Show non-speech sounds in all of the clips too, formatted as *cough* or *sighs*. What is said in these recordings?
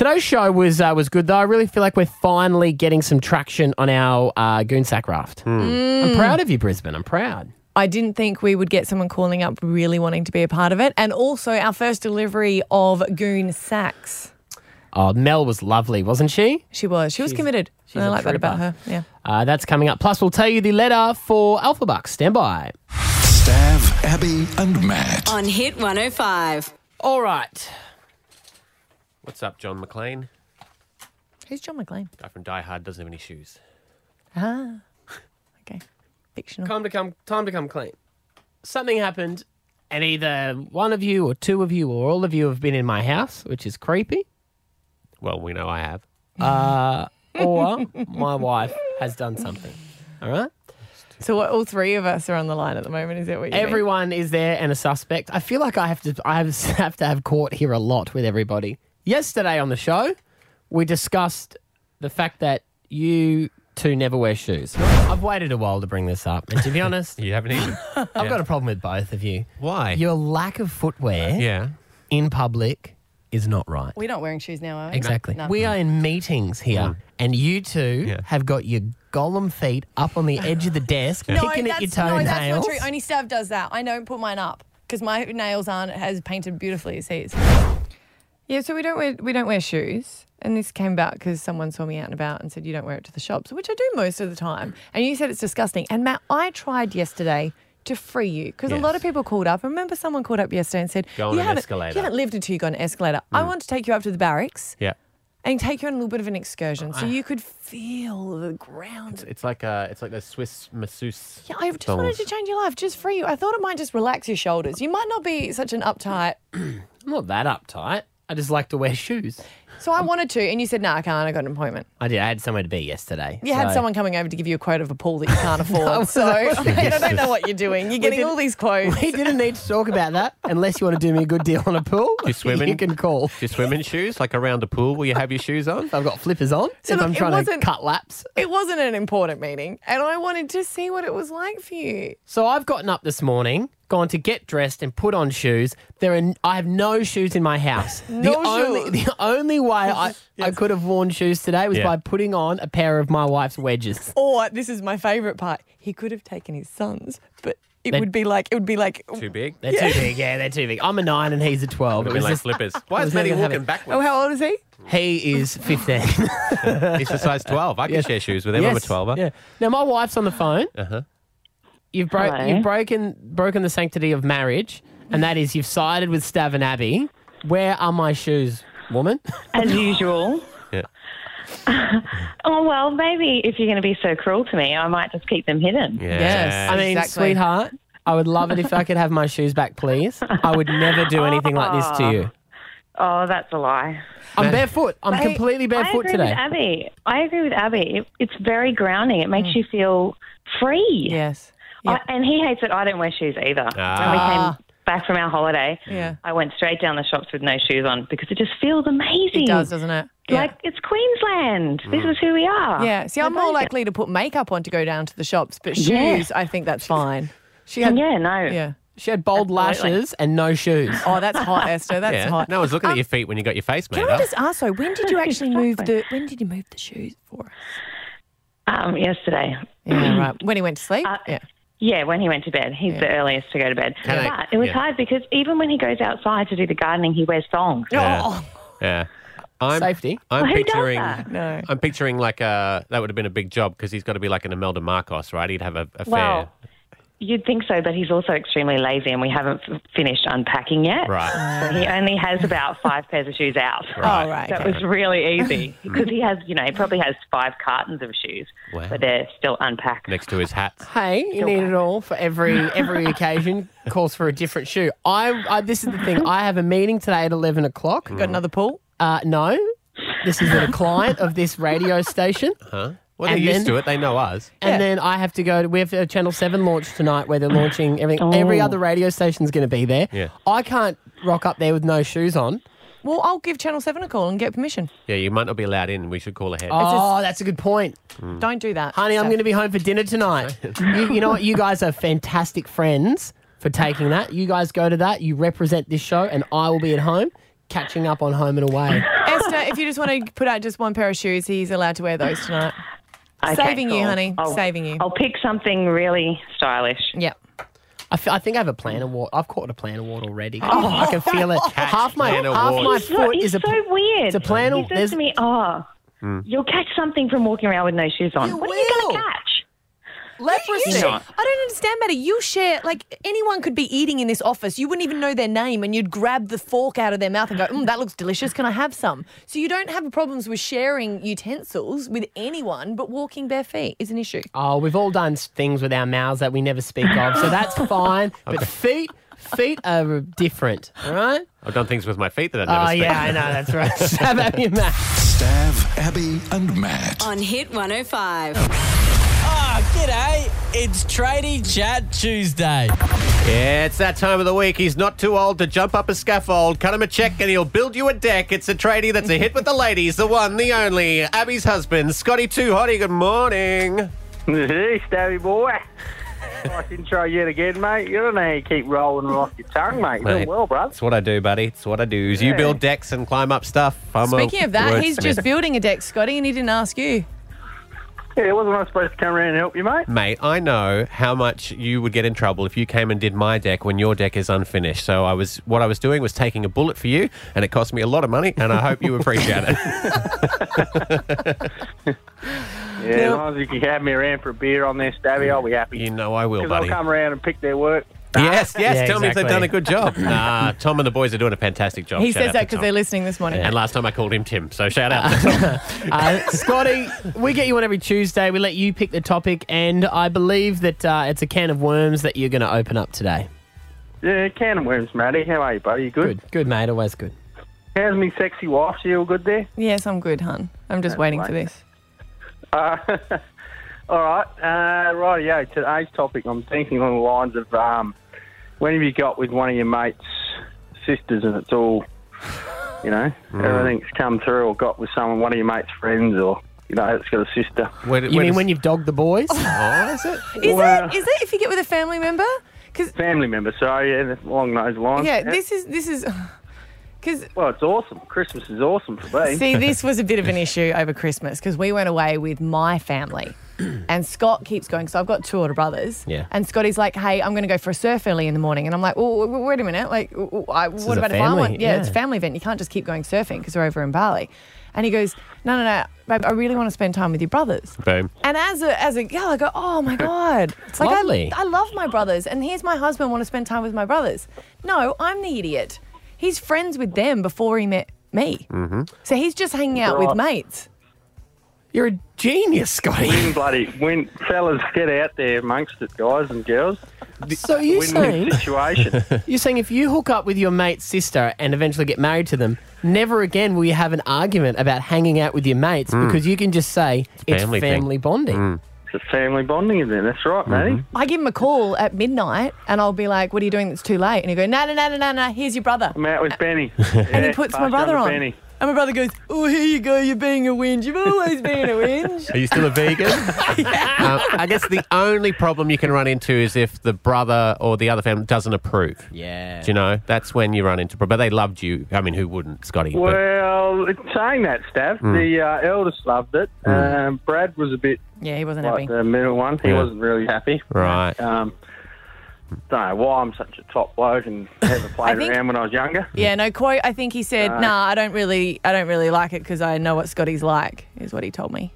Renault's show was uh, was good though. I really feel like we're finally getting some traction on our uh, goonsack raft. Hmm. Mm. I'm proud of you, Brisbane. I'm proud. I didn't think we would get someone calling up really wanting to be a part of it. And also our first delivery of Goon Sacks. Oh, Mel was lovely, wasn't she? She was. She was committed. And I a like that about trooper. her. Yeah. Uh, that's coming up. Plus, we'll tell you the letter for Alpha Bucks. Stand by. Stav, Abby, and Matt. On Hit 105. All right. What's up, John McLean? Who's John McLean? Guy from Die Hard doesn't have any shoes. Ah. Okay. Fictional. Time to come. Time to come clean. Something happened, and either one of you, or two of you, or all of you have been in my house, which *laughs* is creepy. Well, we know I have. Uh, or my wife has done something. All right. So what, all three of us are on the line at the moment. Is that what you mean? Everyone is there and a suspect. I feel like I have to I have, *laughs* have to have court here a lot with everybody. Yesterday on the show, we discussed the fact that you two never wear shoes. I've waited a while to bring this up, and to be *laughs* honest, You haven't even. *laughs* I've got a problem with both of you. Why? Uh, Your lack of footwear yeah. in public is not right. We're not wearing shoes now, are we? Exactly. No. We are in meetings here, and you two Mm. Yeah. have got your golem feet up on the edge *laughs* of the desk, No, picking at your that's- no, toenails. that's not true. Only Stav does that. I don't put mine up because my nails aren't as painted beautifully as his. Yeah, so we don't wear we don't wear shoes, and this came about because someone saw me out and about and said you don't wear it to the shops, which I do most of the time. And you said it's disgusting. And Matt, I tried yesterday to free you because a lot of Yes. people called up. I remember someone called up yesterday and said Go on you an haven't escalator." Mm. you haven't lived until you go on an escalator. I want to take you up to the barracks Yeah. and take you on a little bit of an Uh, excursion so you could feel the ground It's like uh, it's like the Swiss masseuse. yeah, I just wanted to change your life just for you. I thought it might just relax your shoulders. You might not be such an uptight. *clears throat* I'm not that uptight. I just like to wear shoes. So I wanted to, and you said, no, I can't. I got an appointment. I did. I had somewhere to be yesterday. You had so- someone coming over to give you a quote of a pool that you *laughs* can't afford. so *laughs* I mean, I don't know what you're doing. You're getting did- all these quotes. *laughs* We didn't need to talk about that unless you want to do me a good deal on a pool. *laughs* you swim in? You can call. *laughs* Do you swim in shoes? Like around a pool? Will you have your shoes on? I've got flippers on. So if look, I'm it trying to wasn't- cut laps. It wasn't an important meeting, and I wanted to see what it was like for you. So I've gotten up this morning, gone to get dressed and put on shoes. There are n- I have no shoes in my *laughs* house. the No only shoes. *laughs* the only way I, *laughs* I could have worn shoes today was Yeah. by putting on a pair of my wife's wedges. Or this is my favorite part. He could have taken his sons, but it They- would be like it would be like Too big. They're too big. Yeah, they're too big. I'm a nine and he's a twelve. It It'd be was like just- *laughs* slippers. Why it is was Maddie never walking happening. backwards? Oh, how old is he? he is fifteen. *laughs* He's a size 12. I can share shoes with him. I'm a Yes, 12er. Yeah. Now my wife's on the phone. Uh-huh. You've bro- Hello. you've broken broken the sanctity of marriage, and that is you've sided with Stav and Abby. Where are my shoes, woman? as *laughs* usual. Yeah. *laughs* Oh well, maybe if you're going to be so cruel to me, I might just keep them hidden. Yes. I mean, Exactly. sweetheart, I would love it if I could have my shoes back, please. I would never do anything like this to you. Oh, that's a lie. I'm barefoot. I'm Mate, completely I barefoot agree today. with Abby. I agree with Abby. It, it's very grounding. It makes you feel free. Mm. Yes. I, and he hates it. I don't wear shoes either. When Ah. we came back from our holiday, Yeah. I went straight down the shops with no shoes on because it just feels amazing. It does, doesn't it? Like it's Queensland. This is who we are. Mm. Yeah. See, I'm I more like it. likely to put makeup on to go down to the shops, but shoes, Yeah. I think that's fine. She had Yeah, no. Yeah. she had bold Absolutely. lashes and no shoes. Oh, *laughs* that's hot, Esther. That's Yeah. hot. No one's looking Um, at your feet when you got your face made Can I up. just ask though, when did you actually move Exactly. the when did you move the shoes for us? Um, yesterday. *clears throat* Yeah, right. When he went to sleep? Uh, yeah. Yeah, when he went to bed. He's the earliest to go to bed. Can I- but it was yeah. hard because even when he goes outside to do the gardening, he wears thongs. Yeah. Oh. Yeah. I'm, Safety. I'm Who does picturing. that? No. I'm picturing like a that would have been a big job because he's got to be like an Imelda Marcos, right? He'd have a, a Well, you'd think so, but he's also extremely lazy and we haven't f- finished unpacking yet. fair, right? So he only has about five pairs of shoes out. Oh, right. That was really *laughs* easy because he has, you know, he probably has five cartons of shoes, Wow. but they're still unpacked. Next to his hats. Hey, you need it all for every *laughs* every occasion. Calls for a different shoe. I, I this is the thing. I have a meeting today at eleven o'clock. Got another pool? Uh, no, this is a client of this radio station. Huh? Well, they're And used then- to it. They know us. And then I have to go. To, we have a Channel Seven launch tonight, where they're launching everything. Oh. Every other radio station's going to be there. Yeah. I can't rock up there with no shoes on. Well, I'll give Channel Seven a call and get permission. Yeah, you might not be allowed in. We should call ahead. Oh, that's a good point, Don't do that. Mm. honey. I'm So- going to be *laughs* home for dinner tonight. you, you know what? You guys are fantastic friends for taking that. You guys go to that. You represent this show, and I will be at home. catching up on home and away. Esther, if you just want to put out just one pair of shoes, he's allowed to wear those tonight. Okay, Saving you, cool. honey. I'll- Saving you. I'll pick something really stylish. Yep. I, f- I think I have a plan award. I've caught a plan award already. Oh. I can feel it. Half my Plan half my awards. It's not, foot he's is a so weird. it's a plan He al- says there's- to me, "Oh, Hmm. you'll catch something from walking around with no shoes on. You what are you will. going to catch?" Leprosy. You know. I don't understand, Maddie. You share, like, anyone could be eating in this office. You wouldn't even know their name, and you'd grab the fork out of their mouth and go, mm, that looks delicious. Can I have some? So you don't have problems with sharing utensils with anyone, but walking bare feet is an issue. Oh, we've all done s- things with our mouths that we never speak of, *laughs* so that's fine. But feet, feet are different, all right? I've done things with my feet that I've never Oh seen. yeah, I know *laughs* that's right. Stab at your mouth. Stav, Abby, and Matt. on Hit 105. Ah, g'day. It's Tradie Chat Tuesday. Yeah, it's that time of the week. He's not too old to jump up a scaffold, cut him a check, and he'll build you a deck. It's a tradie that's a hit with the ladies, the one, the only, Abby's husband, Scotty Too Hottie. Good morning. Hey, Stabby boy. nice intro yet again, mate. You don't know how you keep rolling them off your tongue, mate. You're Mate. doing well, bruv. It's what I do, buddy. It's what I do. Is you Yeah. build decks and climb up stuff. I'm a Speaking of that, he's wordsmith. just building a deck, Scotty, and he didn't ask you. Yeah, wasn't I supposed to come around and help you, mate? Mate, I know how much you would get in trouble if you came and did my deck when your deck is unfinished. So I was what I was doing was taking a bullet for you, and it cost me a lot of money. And I hope you appreciate it. Yeah, as long as you can have me around for a beer on there, Stabby, I'll be happy. You know I will, Because I'll buddy. come around and pick their work. Yes, yes. Yeah, Tell me if they've exactly. done a good *laughs* job. *clears throat* nah, Tom and the boys are doing a fantastic job. He Shout says out that to because Tom. they're listening this morning. And last time I called him Tim, so shout *laughs* out. to Tom. Uh, Scotty, we get you on every Tuesday. We let you pick the topic, and I believe that uh, it's a can of worms that you're going to open up today. Yeah, can of worms, Matty. How are you, buddy? You good? Good, good mate, always good. How's me sexy wife? She all good there? Yes, I'm good, hun. I'm just waiting for right. this. Uh, *laughs* All right. Uh, right, yeah. Today's topic, I'm thinking along the lines of um, when have you got with one of your mates' sisters and it's all, you know, everything's come through or got with someone, one of your mates' friends or, you know, it's got a sister. Where- You where mean does- when you've dogged *laughs* the boys? Oh, is it? Is Well- uh, it? Is it if you get with a family member? Because Family member, so yeah, along those lines. yeah, this is this is because Well, it's awesome. Christmas is awesome for me. See, *laughs* *laughs* this was a bit of an issue over Christmas because we went away with my *clears throat* family. And Scott keeps going. So I've got two older brothers. Yeah. And Scotty's like, "Hey, I'm going to go for a surf early in the morning." And I'm like, "Well, w- w- wait a minute. Like, w- w- I, is what a about if I want? family, Yeah, it's a yeah. family event. You can't just keep going surfing because we're over in Bali." And he goes, "No, no, no, babe. I really want to spend time with your brothers." Boom. And as a as a girl, I go, oh *laughs* my god, it's like lovely. I, I love my brothers, and here's my husband want to spend time with my brothers. No, I'm the idiot. He's friends with them before he met me, mm-hmm. so he's just hanging out with Right. mates. You're a genius, Scotty. Win bloody win, fellas! Get out there amongst it, guys and girls. So Win you win saying situation. you're saying if you hook up with your mate's sister and eventually get married to them, never again will you have an argument about hanging out with your mates because you can just say it's family, Hmm. family thing. Mm. Mm-hmm. bonding. it's a family bonding event. That's right, matey. I give him a call at midnight, and I'll be like, "What are you doing? It's too late." And he go, "No, no, no, no, no, no. Here's your brother." I'm out with Benny, and And he puts my brother on, and Benny. my brother goes, "Oh, here you go. You're being a whinge. You've always been a whinge." Are you still a *laughs* vegan? Um, I guess the only problem you can run into is if the brother or the other family doesn't approve. Yeah. Do you know? That's when you run into problem. But they loved you. I mean, who wouldn't, Scotty? But- Well, saying that, Stav, Mm. the uh, eldest loved it. Um, Brad was a bit yeah, he wasn't like happy. the middle one. He Yeah. wasn't really happy. Right. *laughs* Um, don't know why I'm such a top bloke and never played think- around when I was younger. *laughs* Yeah, no, Corey. I think he said, "Nah, I don't really, I don't really like it because I know what Scotty's like," is what he told me.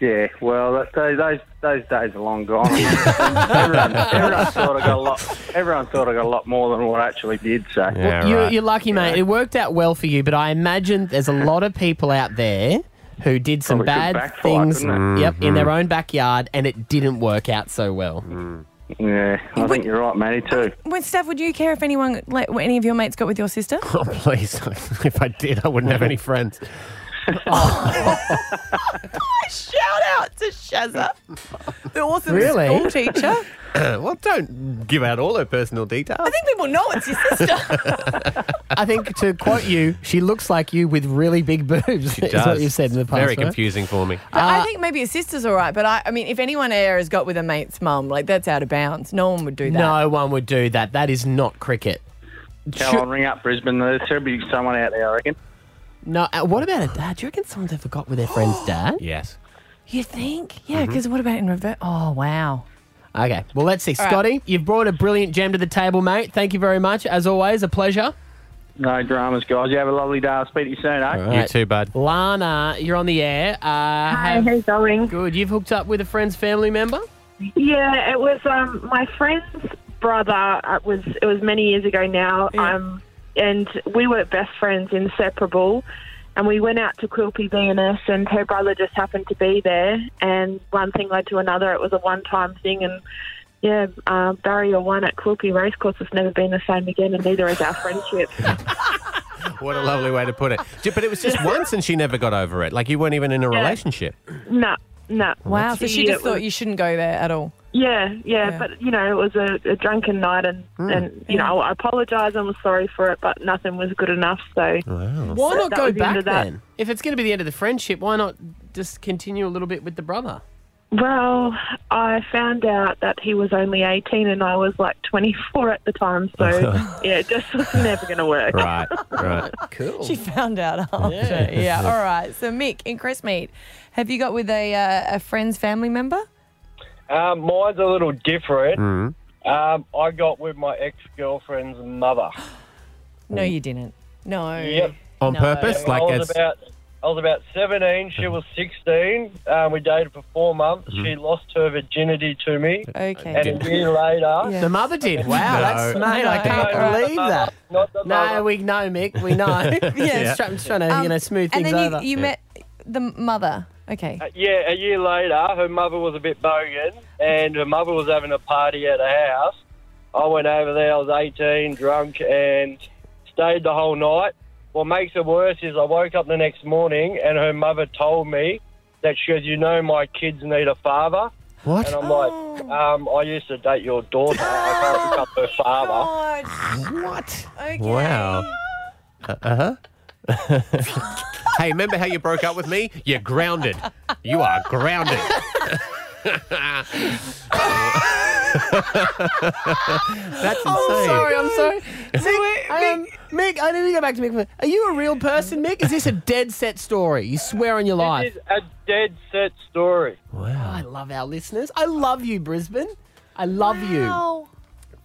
Yeah, well, that, those those those days are long *laughs* gone. everyone, everyone thought I got a lot. Everyone thought I got a lot more than what I actually did. So Yeah, you're, right. you're lucky, mate. It worked out well for you, but I imagine there's a lot of people out there who did some Probably could bad backfire, things couldn't Mm-hmm. yep, in their own backyard and it didn't work out so well. Mm. yeah, I think you're right, Matty. Too. Well, Steph, would you care if anyone, like, any of your mates got with your sister? *laughs* Oh, please. if I did, I wouldn't have any friends. *laughs* *clears throat* Shout out to Shazza, the awesome Really? school *laughs* teacher. well, don't give out all her personal details. I think people know it's your sister. *laughs* I think to quote you, she looks like you with really big *laughs* boobs. She Is what Does. you've said in the It's past. Very right? confusing for *laughs* me. But Ah. I think maybe your sister's all right, but I, I mean, if anyone ever has got with a mate's mum, like that's out of bounds. No one would do that. No one would do that. That is not cricket. Cal, I'll ring up Brisbane. There's certainly someone out there, I reckon. No, uh, what about a dad? Do you reckon someone's ever got with *gasps* their friend's dad? Yes. You think? Yeah, because what about in reverse? Oh, wow. Mm-hmm. Okay, well, let's see. right. Scotty, you've brought a brilliant gem to the table, mate. Thank you very much. As always, a pleasure. No dramas, guys. You have a lovely day. I'll speak to you soon, eh? You right. too, *laughs* bud. Lana, you're on the air. Uh, Hi, have- how's it going? good. You've hooked up with a friend's family member? Yeah, it was um, my friend's brother. It was it was many years ago now. Um, and we were best friends, inseparable. And we went out to Quilpie VNS, and her brother just happened to be there. And one thing led to another. It was a one-time thing, and yeah, uh, barrier one at Quilpie Racecourse has never been the same again, and neither has our friendship. What a lovely way to put it. Ju- But it was just once and she never got over it. Like you weren't even in a relationship. no, no. Wow. So she just it was- thought you shouldn't go there at all. Yeah, yeah, Yeah. but you know, it was a, a drunken night, and and you know, I apologise and was sorry for it, but nothing was good enough. So Why So not that go was the end back of that. then? If it's going to be the end of the friendship, why not just continue a little bit with the brother? Well, I found out that he was only 18 and I was like 24 at the time. So, yeah, it just was never going to *laughs* work. *laughs* Right, right. Cool. She found out after. Yeah. All right. So Mick in Crestmead, have you got with a uh, a friend's family member? Um, mine's a little different. Hmm. Um, I got with my ex girlfriend's mother. No, Mm. you didn't. No. Yep. On Oh. No. purpose? I Like was as about I was about seventeen. She was sixteen. Um, we dated for four months. Hmm. She lost her virginity to me, and Okay. a year later, Yeah. the mother did. Wow, No. that's Oh, mate, I No. can't No, no, believe no, that. not the No, mother. we know, Mick. We *laughs* know. yeah, Yeah. Just try- just trying to you Um, know smooth and things then you, over. you met the mother. Okay. yeah, a year later, her mother was a bit bogan, and her mother was having a party at her house. I went over there. I was eighteen, drunk, and stayed the whole night. What makes it worse is I woke up the next morning, and her mother told me that she goes, "You know, my kids need a father." What? And I'm like, um, I used to date your daughter. I can't become her father. What? Okay. Wow. Uh-huh. Uh huh. *laughs* hey, remember how you broke up with me? You're grounded. You are grounded. *laughs* That's insane. I'm sorry, I'm sorry. Mick, I, um, Mick, I need to go back to Mick. Are you a real person, Mick? Is this a dead set story? You swear on your This life. Oh, is a dead set story. I love our listeners. I love you, Brisbane. I love you. Wow.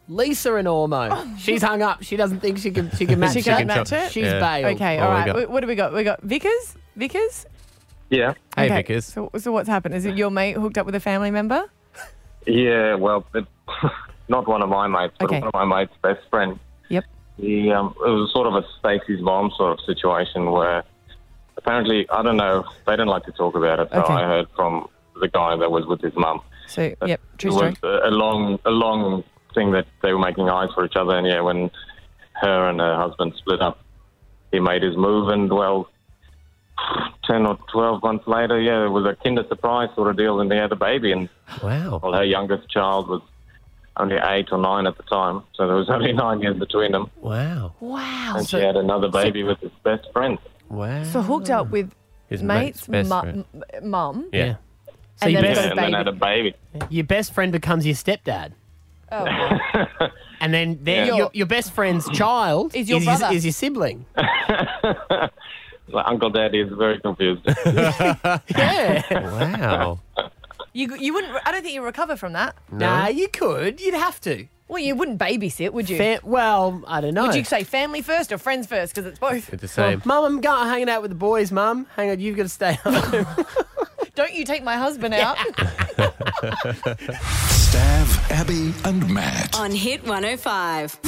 Lisa and Ormo. She's hung up. She doesn't think she can *laughs* she can match She that. can't match it? She's Yeah. bailed. Okay. What All we right. got? Wh- What do we got? We got Vickers. Vickers. Yeah. Hey, Okay. Vickers. So, so what's happened? Is it your mate hooked up with a family member? Yeah, well, it, *laughs* not one of my mates, but Okay. one of my mate's best friend. Yep. He, um, it was sort of a Stacey's mom sort of situation where apparently, I don't know, they didn't like to talk about it, so Okay. I heard from the guy that was with his mum. So yep. True it was story. a a long, a long thing that they were making eyes for each other, and yeah, when her and her husband split up, he made his move, and well, *sighs* ten or twelve months later, yeah, it was a Kinder surprise sort of deal, and they had a baby, and Wow. well, her youngest child was only eight or nine at the time, so there was *laughs* only nine years between them, Wow. Wow. and So, she had another baby with his best friend. Wow. so hooked up with His mate's best mu- friend. m- mum. Yeah. Yeah. So And your then best, got Yeah, and then baby. had a baby. your best friend becomes your stepdad. Oh, wow. *laughs* And then they're Yeah. your, your best friend's child Is your brother. is your *laughs* sibling. Like, Uncle Daddy is very confused. *laughs* *laughs* Yeah. *laughs* Wow. you you wouldn't. I don't think you recover from that. Nah, you could. You'd have to. Well, you wouldn't babysit, would you? Fa- well, I don't know. Would you say family first or friends first? Because it's both. It's the same. Mum, I'm going hanging out with the boys, Mum. Hang on, you've got to stay *laughs* home. Don't you take my *laughs* husband out? Stav, Abby, and *laughs* Matt. On Hit 105.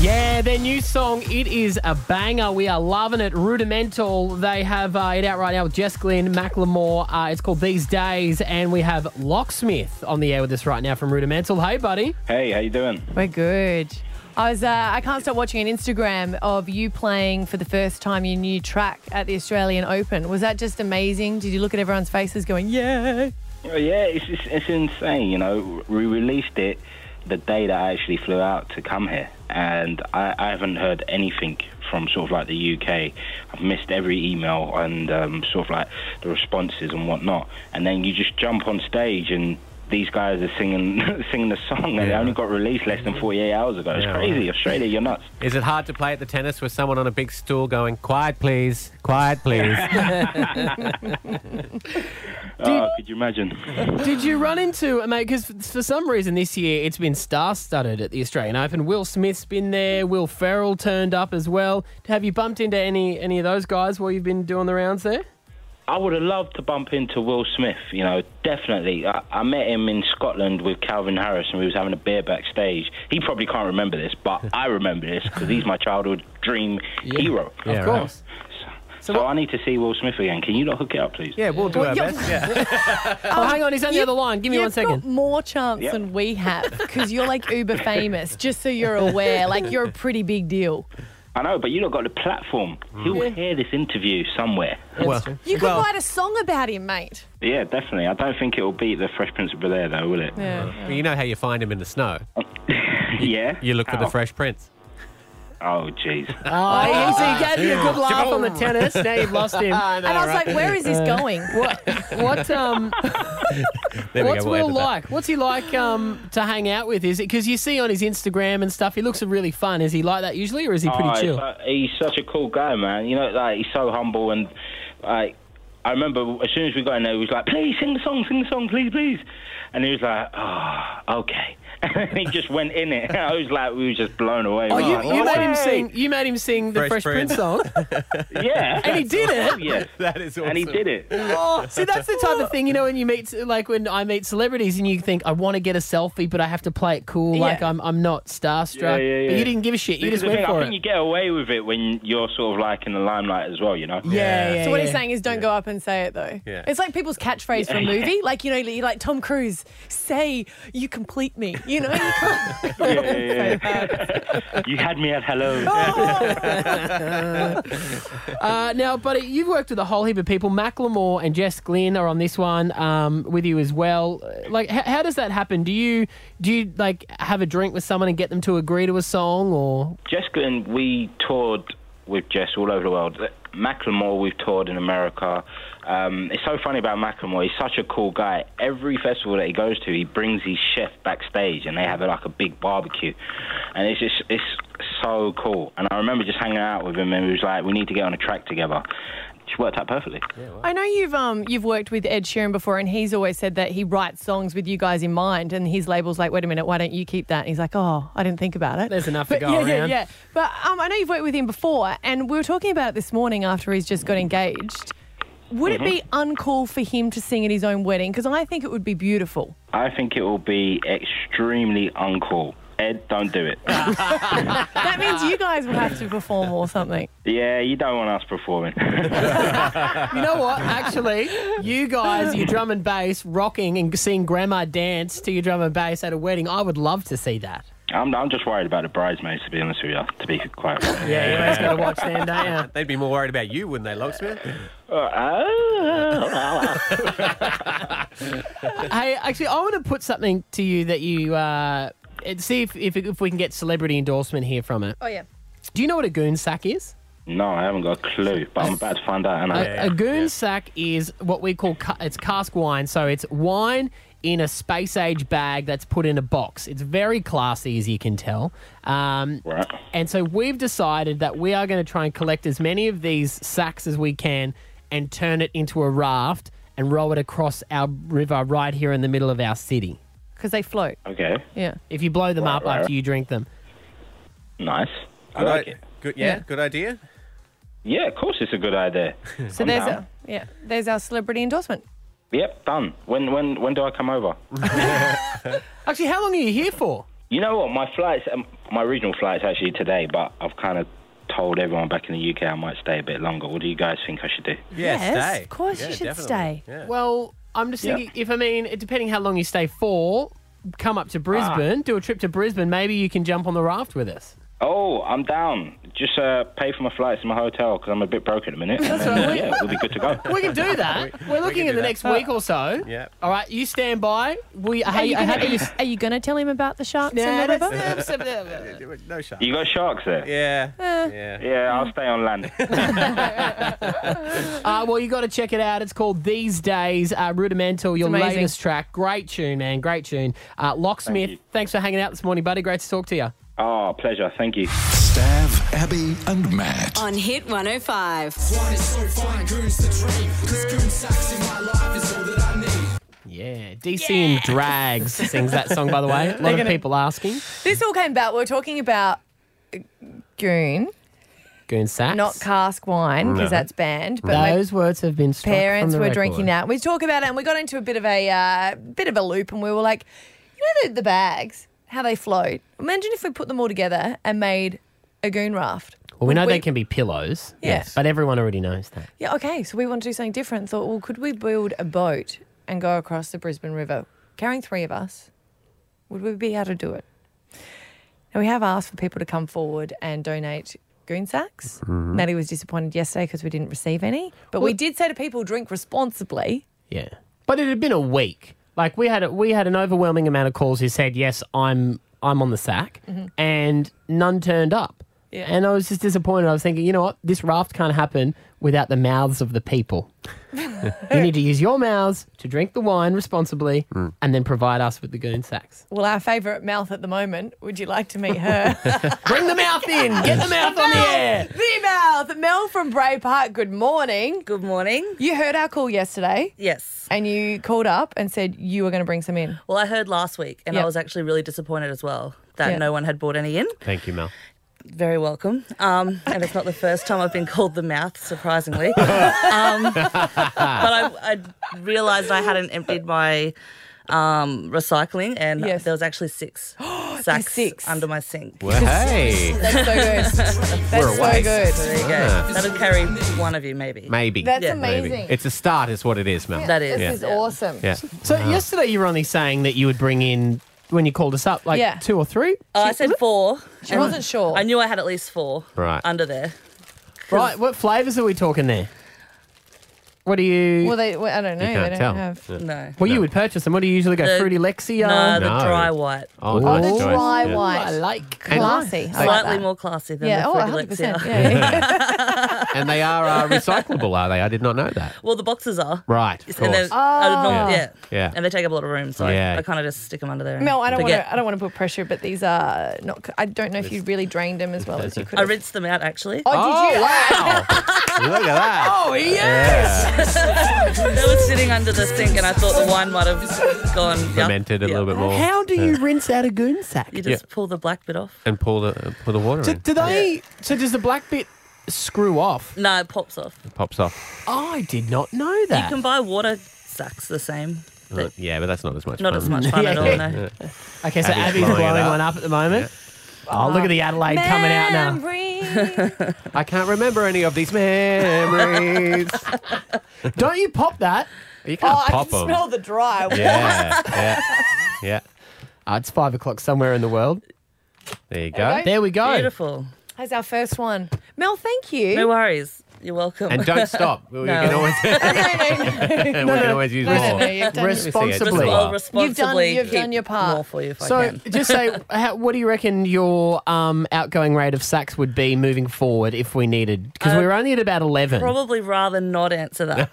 yeah, their new song, it is a banger. We are loving it. Rudimental. They have uh, it out right now with Jess Glynn, Macklemore. Uh, it's called These Days, and we have Locksmith on the air with us right now from Rudimental. Hey, buddy. hey, how you doing? We're good. I was. Uh, I can't stop watching an Instagram of you playing for the first time your new track at the Australian Open. Was that just amazing? Did you look at everyone's faces going, "Yeah"? yeah, it's, it's, it's insane. You know, we released it the day that I actually flew out to come here, and I, I haven't heard anything from sort of like the UK. I've missed every email and um, sort of like the responses and whatnot. And then you just jump on stage and. These guys are singing *laughs* singing the song, and it only got released less than 48 hours ago. It's Yeah, crazy. right. Australia, you're *laughs* nuts. *laughs* Is it hard to play at the tennis with someone on a big stool going, quiet, please, quiet, *laughs* please? Oh, could you imagine? *laughs* Did you run into, mate, because for some reason this year it's been star studded at the Australian Open. Will Smith's been there, Will Ferrell turned up as well. Have you bumped into any, any of those guys while you've been doing the rounds there? I would have loved to bump into Will Smith, you know, definitely. I, I met him in Scotland with Calvin Harris and we was having a beer backstage. He probably can't remember this, but *laughs* I remember this because he's my childhood dream hero. Of Yeah, course. So, I need to see Will Smith again. Can you not hook it up, please? Yeah, we'll do Well, *laughs* our you're- best. Oh, hang on, he's on Uh, the You- other line. Give me one You've second. got more chance Yep. than we have because you're like uber famous, just so you're aware. Like, you're a pretty big deal. *laughs* I know, but you lot got the platform. He'll hear this interview somewhere. Mm. Well, You could write a song about him, mate. yeah, definitely. I don't think it'll beat the Fresh Prince of Bel Air, though, will it? Yeah. you know how you find him in the snow. *laughs* yeah. You look for the Ow. Fresh Prince. Oh, jeez. Oh, he- so he gave you a good laugh on the tennis. Now you've lost him. *laughs* Uh, I know, and I was right? like, where is this going? *laughs* What? What? Um, *laughs* There we what's go, we'll Will edit that. like? What's he like um, to hang out with? Is it because you see on his Instagram and stuff? He looks really fun. Is he like that usually, or is he pretty Oh, chill? it's like- he's such a cool guy, man. You know, like he's so humble and like I remember as soon as we got in there, he was like, "Please sing the song, sing the song, please, please," and he was like, "Oh, okay." *laughs* And he just went in it. *laughs* I was like, we were just blown away. Oh, We were you, like, "No you made him way." sing. You made him sing the Fresh, Fresh Prince Prince. song, Yeah, and he did *laughs* it. yeah, *laughs* That is awesome. and he did it. Oh, see, that's the type of thing you know when you meet, like when I meet celebrities, and you think I want to get a selfie, but I have to play it cool, Yeah. like I'm I'm not starstruck. Yeah, yeah, But yeah. you didn't give a shit. You This is just the went thing, I for think it. you get away with it when you're sort of like in the limelight as well, you know. yeah, yeah. So what yeah. he's saying is, don't go up and say it though. Yeah. It's like people's catchphrase for a movie, like you know, you like Tom Cruise, say "You complete me," you know. You *laughs* can't. Yeah, yeah, yeah. you had me at hello. Uh, now, buddy, you've worked with a whole heap of people. Macklemore and Jess Glynn are on this one um, with you as well. Uh, Like, h- how does that happen? Do you do you like have a drink with someone and get them to agree to a song, or Jessica and we toured with Jess all over the world. Macklemore, we've toured in America. Um, it's so funny about Macklemore. He's such a cool guy. Every festival that he goes to, he brings his chef backstage, and they have like a big barbecue, and it's just it's so cool. And I remember just hanging out with him, and he was like, "We need to get on a track together." It worked out perfectly. I know you've um you've worked with Ed Sheeran before, and he's always said that he writes songs with you guys in mind, and his label's like, "Wait a minute, why don't you keep that?" And he's like, "Oh, I didn't think about it." There's enough to But go yeah, Yeah, around. yeah. But um, I know you've worked with him before, and we were talking about it this morning after he's just got engaged. Would Mm-hmm. it be uncool for him to sing at his own wedding? Because I think it would be *laughs* beautiful. I think it will be extremely uncool. Ed, don't do it. Ah. That means you guys will have to perform or something. *laughs* yeah, you don't want us performing. *laughs* you know what? Actually, you guys, your drum and bass rocking and seeing Grandma dance to your drum and bass at a wedding, I would love to see that. I'm, I'm just worried about the bridesmaids, to be honest with you, to be quite honest. Yeah, you always got to watch them, don't you? *laughs* They'd be more worried about you, wouldn't *laughs* they, Locksmith? *laughs* Hey, actually, I want to put something to you that you uh, and see if, if if we can get celebrity endorsement here from it. Oh yeah. Do you know what a goon sack is? No, I haven't got a clue, but I'm about to find out. And I, A, a goon sack is what we call ca- it's cask wine. So it's wine in a space age bag that's put in a box. It's very classy, as you can tell. Um, Right. And so we've decided that we are going to try and collect as many of these sacks as we can and turn it into a raft and row it across our river right here in the middle of our city. Because they float. Okay, Yeah. If you blow them Right, up right, after right. you drink them. nice. I like it. Good, yeah, Yeah. good idea. Yeah, of course it's a good idea. So there's a, yeah, there's our celebrity endorsement. Yep, done. When when when do I come over? Actually, how long are you here for? You know what? My flight's um, my original flight's actually today, but I've kind of told everyone back in the UK I might stay a bit longer. What do you guys think I should do? Yeah, Yes, stay. of course you Yeah, should definitely. stay. Yeah. Well, I'm just thinking, if I mean, it- depending how long you *laughs* stay for, come up to Brisbane, do a trip to Brisbane, maybe you can jump on the raft with us. Oh, I'm down. Just uh, pay for my flights and my hotel because I'm a bit broke at the minute. And *laughs* That's then, all uh, right. yeah, we'll be good to go. *laughs* We *laughs* can do that. We're looking do in the that. next week or so. Yeah. All right, you stand by. We Are you, how do gonna, are you gonna tell him about the sharks Nah, in the that's- river? no sharks. You got sharks there? Yeah. Eh. Yeah. Yeah, I'll stay on land. Uh, well, you got to check it out. It's called These Days, uh, Rudimental, your amazing. latest track. Great tune, man. Great tune. Uh, Locksmith, thanks for hanging out this morning, buddy. Great to talk to you. Oh, pleasure. Thank you. Stav, Abby, and Matt. On Hit 105. Yeah, DC and Drags sings that song, by the way. A lot They're of gonna- people asking. This all came about. We were talking about uh, goon, Goon Sacks. not cask wine, because No. that's banned. But my Those words have been struck parents from the were record. drinking that. We talk about it, and we got into a bit of a uh, bit of a loop, and we were like, you know, the, the bags, how they float. Imagine if we put them all together and made a goon raft. Well, we know We- they can be pillows. Yes. But everyone already knows that. Yeah, okay. So we want to do something different. Thought, well, could we build a boat and go across the Brisbane River, carrying three of us? Would we be able to do it? Now we have asked for people to come forward and donate goon sacks. Mhm. Maddie was disappointed yesterday because we didn't receive any, but we Well- did say to people, drink responsibly. Yeah. But it had been a week. Like we had a, we had an overwhelming amount of calls who said, "Yes, I'm I'm on the sack," Mhm. and none turned up. Yeah. And I was just disappointed. I was thinking, you know what? This raft can't happen without the mouths of *laughs* the people. you need to use your mouths to drink the wine responsibly, and then provide us with the goon sacks. Well, our favourite mouth at the moment. Would you like to meet her? *laughs* Bring the mouth in. Get the mouth on the air. the mouth, Mel from Bray Park. Good morning. Good morning. You heard our call yesterday. Yes. And you called up and said you were going to bring some in. Well, I heard last week, and Yep. I was actually really disappointed as well that Yeah. no one had brought any in. Thank you, Mel. Very welcome. Um, and it's not the first time I've been called the mouth, surprisingly. *laughs* um, but I, I realised I hadn't emptied my um, recycling, and there was actually *gasps* six sacks under my sink. Well, hey. That's so good. *laughs* We're That's so away. good. So there you go. Ah. That'll carry one of you, maybe. Maybe. That's Yeah. amazing. Maybe. It's a start, is what it is, Mel. That is. Yeah. awesome. Yeah. So yesterday you were only saying that you would bring in when you called us up, like Yeah. two or three. Oh, I said four. She and wasn't sure. I knew I had at least four Right. under there. Right. What flavours are we talking there? What do you? Well, they. Well, I don't know. You they can't don't tell. have. Yeah. No. Well, you would purchase them. What do you usually go? The- Fruity uh? Lexia? No, the dry white. Oh, Oh, nice the choice. dry Yeah. white. I like classy. I like Slightly that. more classy than Yeah. the Oh, Fruity 100%. Lexia. Yeah. and they are uh, recyclable, are they? I did not know that. *laughs* Well, the boxes are. Right. Of Yes, And they're, course. Ah. uh, not, Yeah. yeah. Yeah. And they take up a lot of room, so I- Yeah. I, kind of just stick them under there. and Mel, I don't want forget. to. I don't want to put pressure, but these are not. I don't know if you really drained them as well *laughs* as you could. I have. rinsed them out actually. Oh, did you? *laughs* Look at that. Oh, yes! *laughs* they were sitting under the sink, and I thought the wine might have gone. Fermented a little bit more. How do you rinse out a goon sack? You just pull the black bit off. And pull the pull the water Do, in. do they? So does the black bit screw off? No, it pops off. It pops off. I did not know You that. can buy water sacks the same. Uh, yeah, but that's not as much Not fun. as much fun at *laughs* all, no. Okay, so Abby's, Abby's blowing it blowing up. one up at the moment. Oh, look at the Adelaide coming out now. I can't remember any of these memories. *laughs* Don't you pop that? You can't Oh, I pop can 'em. smell the dry. yeah, yeah, yeah. *laughs* Uh, it's five o'clock somewhere in the world. There you go. There we go. *laughs* Beautiful. That's our first one. Mel, thank you. No worries. You're welcome. *laughs* And don't stop. We can always, *laughs* we can always use No, no, more. no, you've done- Responsibly. Well, You've responsibly done- you've keep done your part. More for you if I So, can. just *laughs* say, how, what do you reckon your um, outgoing rate of sacks would be moving forward if we needed? Because we were only at about eleven. Probably rather not answer *laughs* that. *laughs*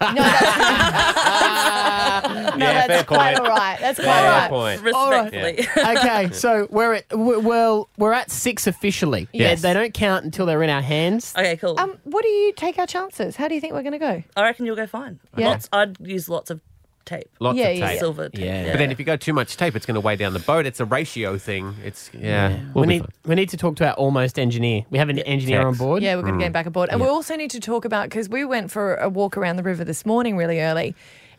no, yeah, fair point. right. *laughs* That's quite Yeah, right. point. All right. Respectfully. *laughs* *laughs* okay, so we're at we're, well, we're at six officially. They- Yes. They, don't count until they're in our hands. Okay, cool. Um, what do you take our chances? How do you think we're going to go? I reckon you'll go fine. Yeah. Lots, I'd use lots of tape. Lots Yeah, of yeah, tape. yeah. Silver tape. Yeah. But then if you go too much tape, it's going to weigh down the boat. It's a ratio thing. It's yeah. we need we need to talk to our almost engineer. We have an engineer on Tex. board. Mm. Yeah, we're going to get him back aboard. And we also need to talk about because we went for a walk around the river this morning really early.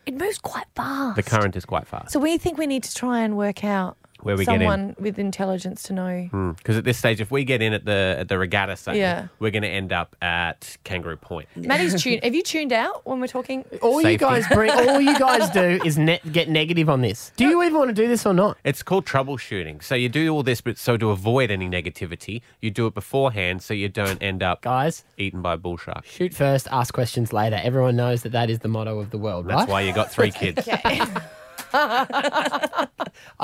It moves quite fast. The current is quite fast. So we think we need to try and work out where we someone get in. with intelligence to know. Because Hmm. at this stage, if we get in at the at the regatta sale, Yeah. we're going to end up at Kangaroo Point. *laughs* Maddie's tuned. Have you tuned out when we're talking? All you *laughs* guys bring, all you guys do is ne- get negative on this. Do you even want to do this or not? It's called troubleshooting. So you do all this, but so to avoid any negativity, you do it beforehand, so you don't end up guys eaten by a bull shark. Shoot first, ask questions later. Everyone knows that that is the motto of the world, That's right? why you *laughs* got three kids. I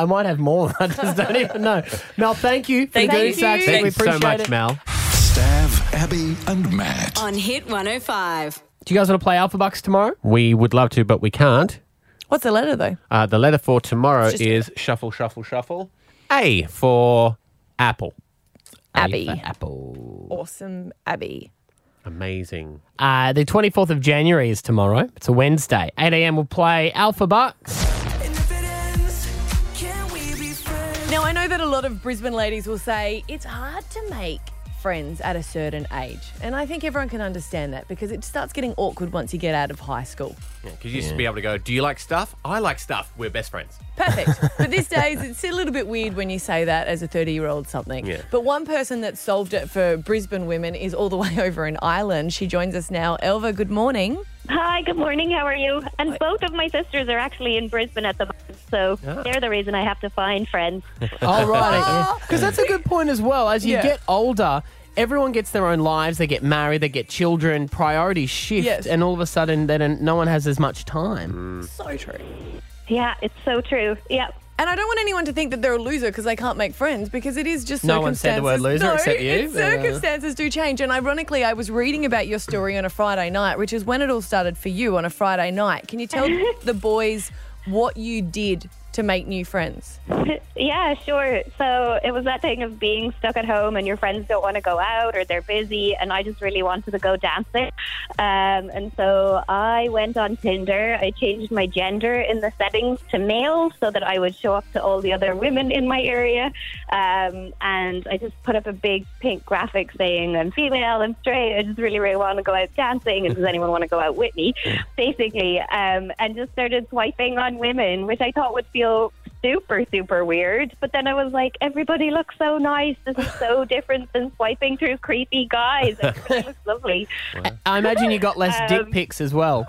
might have more. *laughs* I just don't even know. Mel, thank you. for the dirty sax. we appreciate it. Stav, Abby, and Matt. On Hit 105. Do you guys want to play Alpha Bucks tomorrow? *laughs* We would love to, but we can't. What's the letter though? Uh, the letter for tomorrow It's just- is shuffle, shuffle, shuffle. A for apple. Abby. A for apple. Awesome, Abby. Amazing. Uh, the 24th of January is tomorrow. It's a Wednesday. 8 a.m. We'll play Alpha Bucks. *laughs* Now I know that a lot of Brisbane ladies will say it's hard to make friends at a certain age, and I think everyone can understand that because it starts getting awkward once you get out of high school. Because you used to be able to go, do you like stuff? I like stuff. We're best friends. *laughs* But these days, it's a little bit weird when you say that as a 30 year old something. Yeah. But one person that solved it for Brisbane women is all the way *laughs* over in Ireland. She joins us now. Elva, good morning. Hi, good morning. How are you? And both of my sisters are actually in Brisbane at the moment, so they're the reason I have to find friends. All right. Because that's a good point as well. As you Yeah. get older, everyone gets their own lives. They get married, they get children, priorities shift, Yes. and all of a sudden, then no one has as much time. Mm. So true. Yeah, it's so true. Yeah. And I don't want anyone to think that they're a loser because they can't make friends because it is just No one said circumstances. the word loser No, except you. it's Circumstances do change. And ironically, I was reading about your story on a Friday night, which is when it all started for you on a Friday night. Can *laughs* you tell the boys what you did to make new friends? *laughs* yeah, sure. So it was that thing of being stuck at home and your friends don't want to go out or they're busy, and I just really wanted to go dancing. Um, and so I went on Tinder. I changed my gender in the settings to male so that I would show up to all the other women in my area. Um, and I just put up a big pink graphic saying, I'm female, I'm straight, I just really, really want to go out dancing. And does anyone want to go out with me? Basically. Um, and just started swiping on women, which I thought would feel super, super weird. But then I was like, everybody looks so nice. This is *laughs* so different than swiping through creepy guys. Everybody *laughs* looks lovely. I imagine you got less Um, dick pics as well.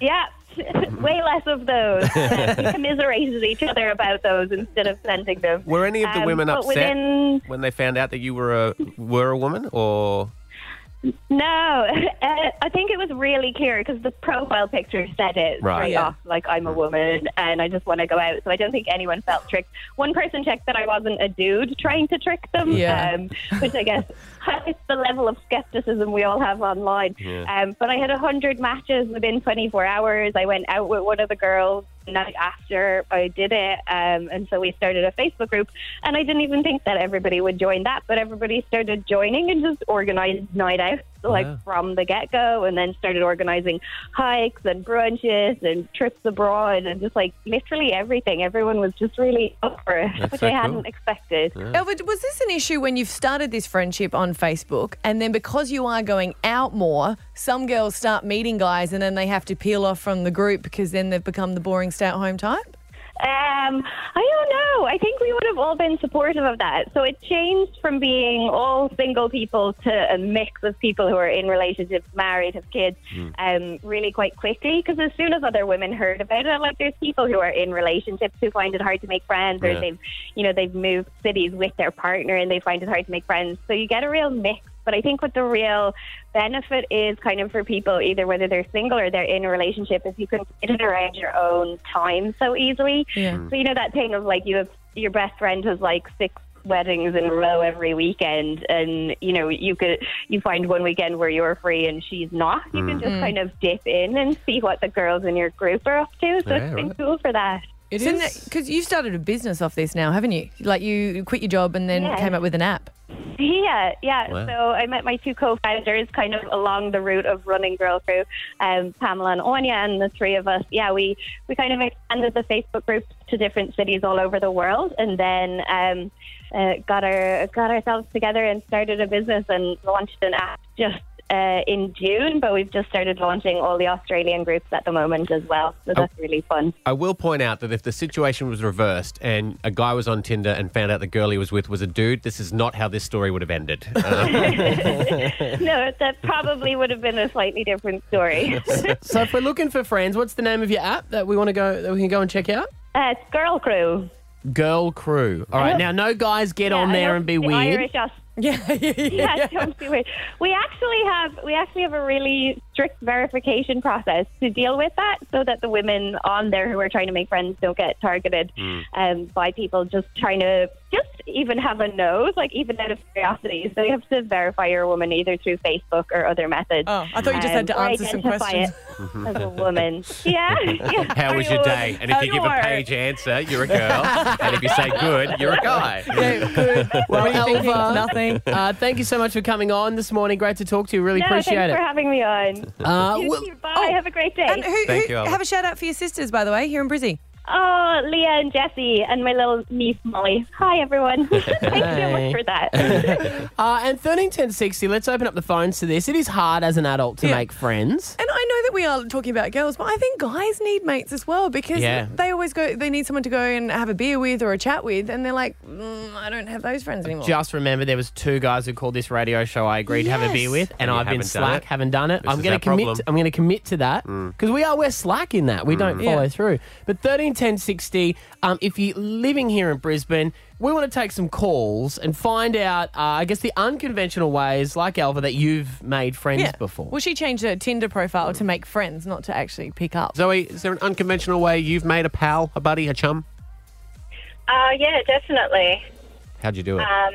Yeah. *laughs* Way less of *laughs* those. we commiserated each other about those instead of sending them. Were any of the Um, women but upset Within when they found out that you were a were a woman, or No, *laughs* uh, I think it was really clear because the profile picture said it Right. Hmm. straight Yeah. off, like I'm a woman and I just want to go out. So I don't think anyone felt tricked. One person checked that I wasn't a dude trying to trick them, Yeah. um, which I guess highlights the level of skepticism we all have online. Yeah. Um, but I had 100 matches within 24 hours. I went out with one of the girls the night after I did it. Um, and so we started a Facebook group. And I didn't even think that everybody would join that, but everybody started joining and just organized night out. Like Yeah. from the get go, and then started organizing hikes and brunches and trips abroad, and just like literally everything. Everyone was just really up for it, That's which so I cool. hadn't expected. Elva, was this an issue when you've started this friendship on Facebook and then because you are going out more, some girls start meeting guys and then they have to peel off from the group because then they've become the boring stay at home type? Um, I don't know. I think we would have all been supportive of that. So it changed from being all single people to a mix of people who are in relationships, married, have kids, um, really quite quickly. Because as soon as other women heard about it, like there's people who are in relationships who find it hard to make friends, or Yeah. they've, you know, they've moved cities with their partner and they find it hard to make friends. So you get a real mix. But I think what the real benefit is kind of for people, either whether they're single or they're in a relationship, is you can fit it around your own time so easily. Yeah. So you know that thing of like you have your best friend has like six weddings in a row every weekend and you know you could you find one weekend where you're free and she's not you can Mm. just Mm. kind of dip in and see what the girls in your group are up to so Yeah, it's been right. cool for that It Because you've started a business off this now, haven't you? Like you quit your job and then Yeah. came up with an app. Yeah, yeah. Wow. So I met my two co-founders kind of along the route of running Girl Crew, um, Pamela and Anya, and the three of us. Yeah, we we kind of expanded the Facebook group to different cities all over the world, and then um, uh, got our got ourselves together and started a business and launched an app just uh, in June, but we've just started launching all the Australian groups at the moment as well. So that's really fun. I will point out that if the situation was reversed and a guy was on Tinder and found out the girl he was with was a dude, this is not how this story would have *laughs* ended. Um, *laughs* no, that probably would have been a slightly different story. *laughs* so if we're looking for friends, what's the name of your app that we want to go that we can go and check out? Uh, it's Girl Crew. Girl Crew. All right, Yep. now no guys get Yeah, on I there know and be the weird. Irish *laughs* us- *laughs* yeah, don't be weird. We actually have we actually have a really strict verification process to deal with that, so that the women on there who are trying to make friends don't get targeted Mm. um, by people just trying to just even have a nose, like even out of curiosity. So you have to verify you're a woman either through Facebook or other methods. Oh, I thought you just had to answer some questions. as *laughs* *laughs* a woman. yeah. yeah. How Are was you your a day? woman? And if you give a Sure. page answer, you're a girl. and if you say good, you're a *laughs* guy. Well, Alva, Nothing. Uh, thank you so much for coming on this morning. Great to talk to you. Really no, appreciate thanks it. for having me *laughs* on. Uh, You well- too. Bye. have a great day. oh, And who, Thank who you, Alba. have a shout out for your sisters, by the way, here in Brizzy. Oh, Leah and Jesse and my little niece Molly. Hi, everyone. *laughs* Thanks so Hey. much for *laughs* that. uh, and thirteen ten sixty. Let's open up the phones to this. It is hard as an adult to make friends. And I know that we are talking about girls, but I think guys need mates as well because Yeah. they always go, they need someone to go and have a beer with or a chat with, and they're like, mm, I don't have those friends anymore. Just remember, there was two guys who called this radio show. I agreed to have a beer Yes. with, and, And you I've been haven't done slack, it. haven't done it. This I'm is going our to commit. problem. I'm going to commit to that because we are we're slack in that. We don't Mm. follow Yeah. through. But thirteen ten sixty. Um, if you're living here in Brisbane, we want to take some calls and find out. Uh, I guess the unconventional ways, like Alva, that you've made friends before. Well, she changed her Tinder profile to make friends, not to actually pick up. *laughs* Zoe, is there an unconventional way you've made a pal, a buddy, a chum? Uh, yeah, definitely. How'd you do it? Um,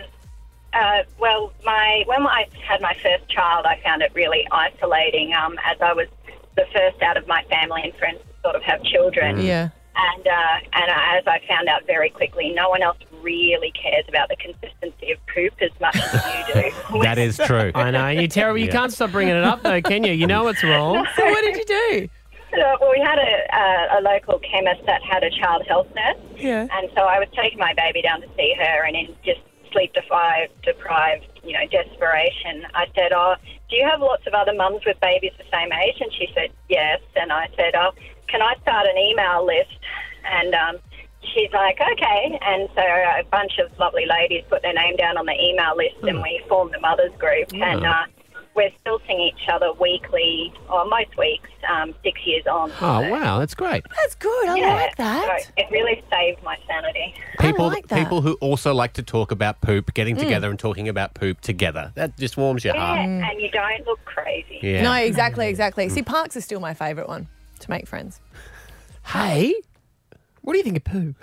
uh, well, my when I had my first child, I found it really isolating um, as I was the first out of my family and friends to sort of have children. Mm. Yeah. And, uh, and as I found out very quickly, no one else really cares about the consistency of poop as much as you do. *laughs* that is true. *laughs* I know you're terrible. You Yeah. can't stop bringing it up though, can you? You know it's wrong. *laughs* So what did you do? So, Uh, well, we had a, a, a local chemist that had a child health nurse. Yeah. And so I was taking my baby down to see her, and in just sleep deprived, deprived, you know, desperation, I said, "Oh, do you have lots of other mums with babies the same age?" And she said, "Yes." And I said, "Oh, can I start an email list?" And um, she's like, "Okay." And so a bunch of lovely ladies put their name down on the email list, Hmm. and we formed the mothers group. And Yeah. uh, we're still seeing each other weekly, or most weeks, um, six years on. Oh, wow, that's great. That's good. I like that. So it really saved my sanity. People, like that. people who also like to talk about poop, getting Mm. together and talking about poop together. That just warms your Yeah, heart. and you don't look crazy. Yeah. Mm. Mm. No, exactly, exactly. See, parks are still my favourite one to make friends. Hey, what do you think of poo?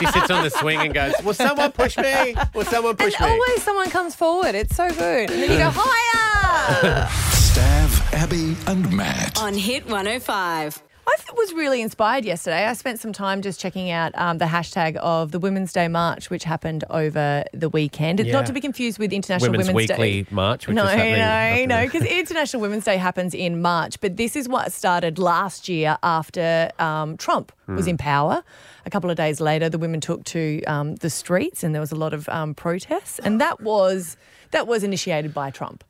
she sits on the swing and goes, "Will someone *laughs* push *laughs* me? Will someone push And me?" always someone comes forward. It's so good. And then you go, Mm. hiya. Stav, Abby, and Matt. On Hit 105. I f- was really inspired yesterday. I spent some time just checking out um, the hashtag of the Women's Day March, which happened over the weekend. It's Yeah. not to be confused with International Women's, Women's, Weekly Day. March, which no, is happening. no, no, because International Women's Day happens in March, but this is what started last year after um, Trump was Hmm. in power. A couple of days later, the women took to um, the streets, and there was a lot of um, protests, and that was that was initiated by Trump.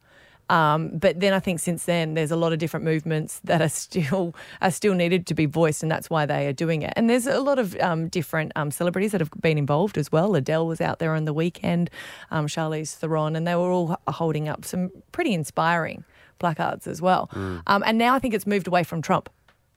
Um, but then I think since then there's a lot of different movements that are still are still needed to be voiced, and that's why they are doing it. And there's a lot of um, different um, celebrities that have been involved as well. Adele was out there on the weekend, um, Charlize Theron, and they were all h- holding up some pretty inspiring placards as well. Um, and now I think it's moved away from Trump.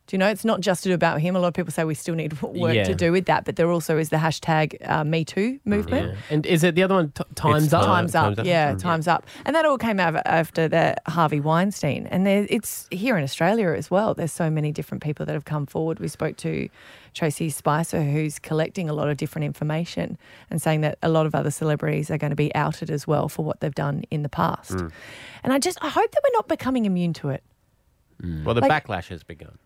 Do you know, it's not just to do about him. A lot of people say we still need *laughs* work Yeah. to do with that, but there also is the hashtag uh, Me Too movement. And is it the other one? T- times Mm-hmm. It's up. Time's up. Mm-hmm. Yeah, Mm. time's up. And that all came out after the Harvey Weinstein. And there, it's here in Australia as well. There's so many different people that have come forward. We spoke to Tracy Spicer, who's collecting a lot of different information and saying that a lot of other celebrities are going to be outed as well for what they've done in the past. Hmm. Mm. And I just I hope that we're not becoming immune to it. Hmm. Well, the Like- backlash has begun.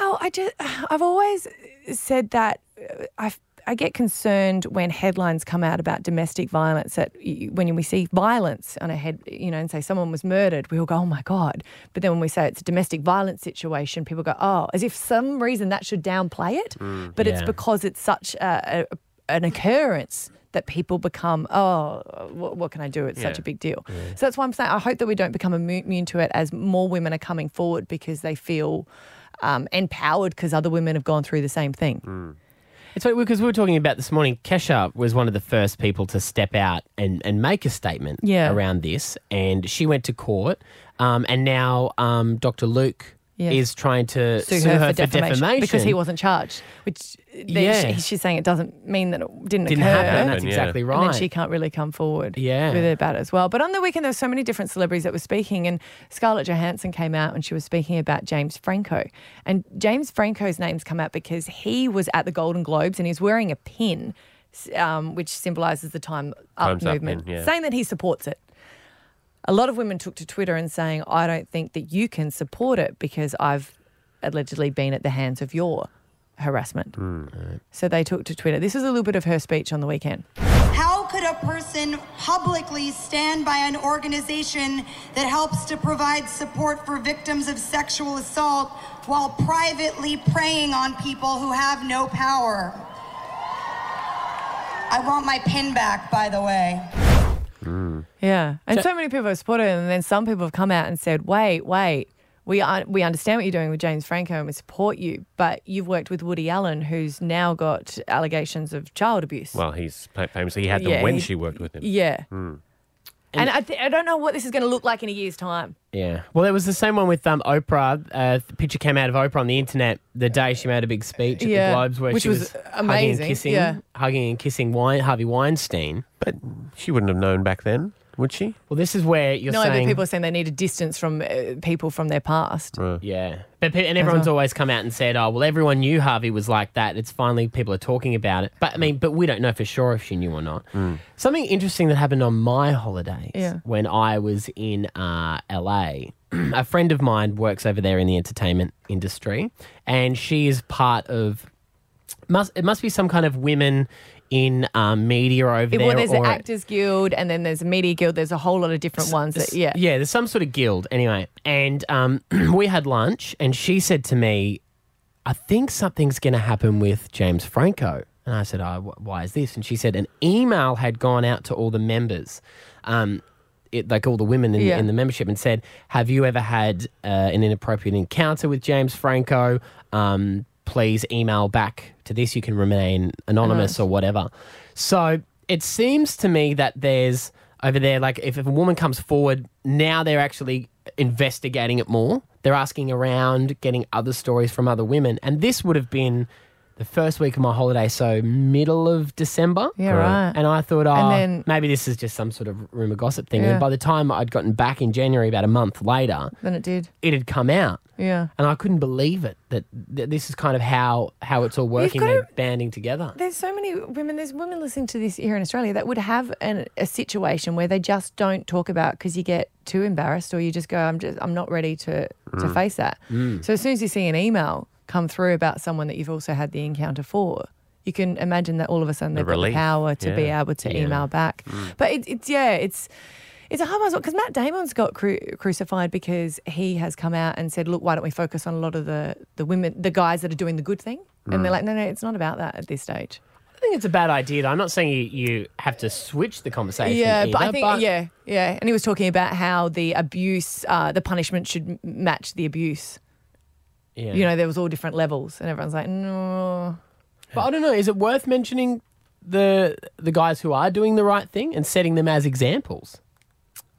Well, I just *sighs* I've always said that uh, I I get concerned when headlines come out about domestic violence that y- when we see violence on a head, you know, and say someone was murdered, we all go, "Oh my god." But then when we say it's a domestic violence situation, people go, "Oh, as if some reason that should downplay it." Mm, but it's yeah. because it's such a, a, an occurrence that people become, oh, what, what can I do? It's such Yeah. a big deal. So that's why I'm saying I hope that we don't become immu- immune to it as more women are coming forward because they feel um, empowered because other women have gone through the same thing. Mm. It's funny because we were talking about this morning. Kesha was one of the first people to step out and, and make a statement Yeah. around this, and she went to court. Um, and now um, Dr. Luke Yeah. is trying to sue, her, for, defamation, because he wasn't charged. Which they, Yeah. she, she's saying it doesn't mean that it didn't, Didn't occur. happen, that's Happen, yeah. exactly And right. then she can't really come forward Yeah. with it about it as well. But on the weekend, there were so many different celebrities that were speaking, and Scarlett Johansson came out and she was speaking about James Franco. And James Franco's name's come out because he was at the Golden Globes and he's wearing a pin, s- um, which symbolises the Time Up Time's Up movement, pin, yeah. saying that he supports it a lot of women took to Twitter and saying, I don't think that you can support it because I've allegedly been at the hands of your harassment. Hmm. So they took to Twitter. This is a little bit of her speech on the weekend. How could a person publicly stand by an organization that helps to provide support for victims of sexual assault while privately preying on people who have no power? I want my pin back, by the way. Yeah. And so, many people have supported it. And then some people have come out and said, wait, wait, we, un- we understand what you're doing with James Franco and we support you, but you've worked with Woody Allen, who's now got allegations of child abuse. Well, he's fa- famous. He had them Yeah, when he- she worked with him. yeah. Mm. And, I, th- I don't know what this is going to look like in a year's time. Yeah. Well, there was the same one with um, Oprah. Uh, the picture came out of Oprah on the internet the day she made a big speech at Yeah. the Globes where Which she was was, Hugging amazing, and kissing, yeah. hugging and kissing Wein- Harvey Weinstein. But she wouldn't have known back then, would she? Well, this is where you're no, saying. but people are saying they need a distance from uh, people from their past. Yeah. But, pe- and everyone's always come out and said, oh, well, everyone knew Harvey was like that. It's finally people are talking about it. But I mean, but we don't know for sure if she knew or not. Something interesting that happened on my holidays Yeah. when I was in uh, LA. a *clears throat* friend of mine works over there in the entertainment industry, and she is part of. Must, it must be some kind of women in um, media over Yeah, there. well, there's the or- Actors Guild, and then there's the Media Guild. There's a whole lot of different ones. That, yeah. yeah, there's some sort of guild anyway. And um, *clears throat* we had lunch, and she said to me, "I think something's going to happen with James Franco." And I said, oh, wh- "Why is this?" And she said, "An email had gone out to all the members, um, it, like all the women in, Yeah. in the membership, and said, "Have you ever had uh, an inappropriate encounter with James Franco?" Um, Please email back to this. You can remain anonymous Uh-huh. Anonymous. or whatever. So it seems to me that there's over there, like if, if a woman comes forward, now they're actually investigating it more. They're asking around, getting other stories from other women. And this would have been the first week of my holiday, so middle of December. Yeah, right. And I thought, oh, And then- maybe this is just some sort of rumor gossip thing. Yeah. And by the time I'd gotten back in January, about a month later, Then it did. it had come out. Yeah. And I couldn't believe it that, that this is kind of how, how it's all working. gotta- They're banding together. There's so many women. There's women listening to this here in Australia that would have an, a situation where they just don't talk about because you get too embarrassed, or you just go, "I'm just, I'm not ready to to Mm. face that." Mm. So as soon as you see an email come through about someone that you've also had the encounter for, you can imagine that all of a sudden The they've got the relief, power to be yeah, able to yeah. Mm. email back. But it, it's yeah, it's it's a hard one because Matt Damon's got cru- crucified because he has come out and said, "Look, why don't we focus on a lot of the the women, the guys that are doing the good thing?" And they're Mm. like, "No, no, it's not about that at this stage." I think it's a bad idea. Though. I'm not saying you, you have to switch the conversation. Yeah, but I either, think yeah, yeah. And he was talking about how the abuse, uh, the punishment should m- match the abuse. Yeah. You know, there was all different levels, and everyone's like, "No." But I don't know. Is it worth mentioning the the guys who are doing the right thing and setting them as examples?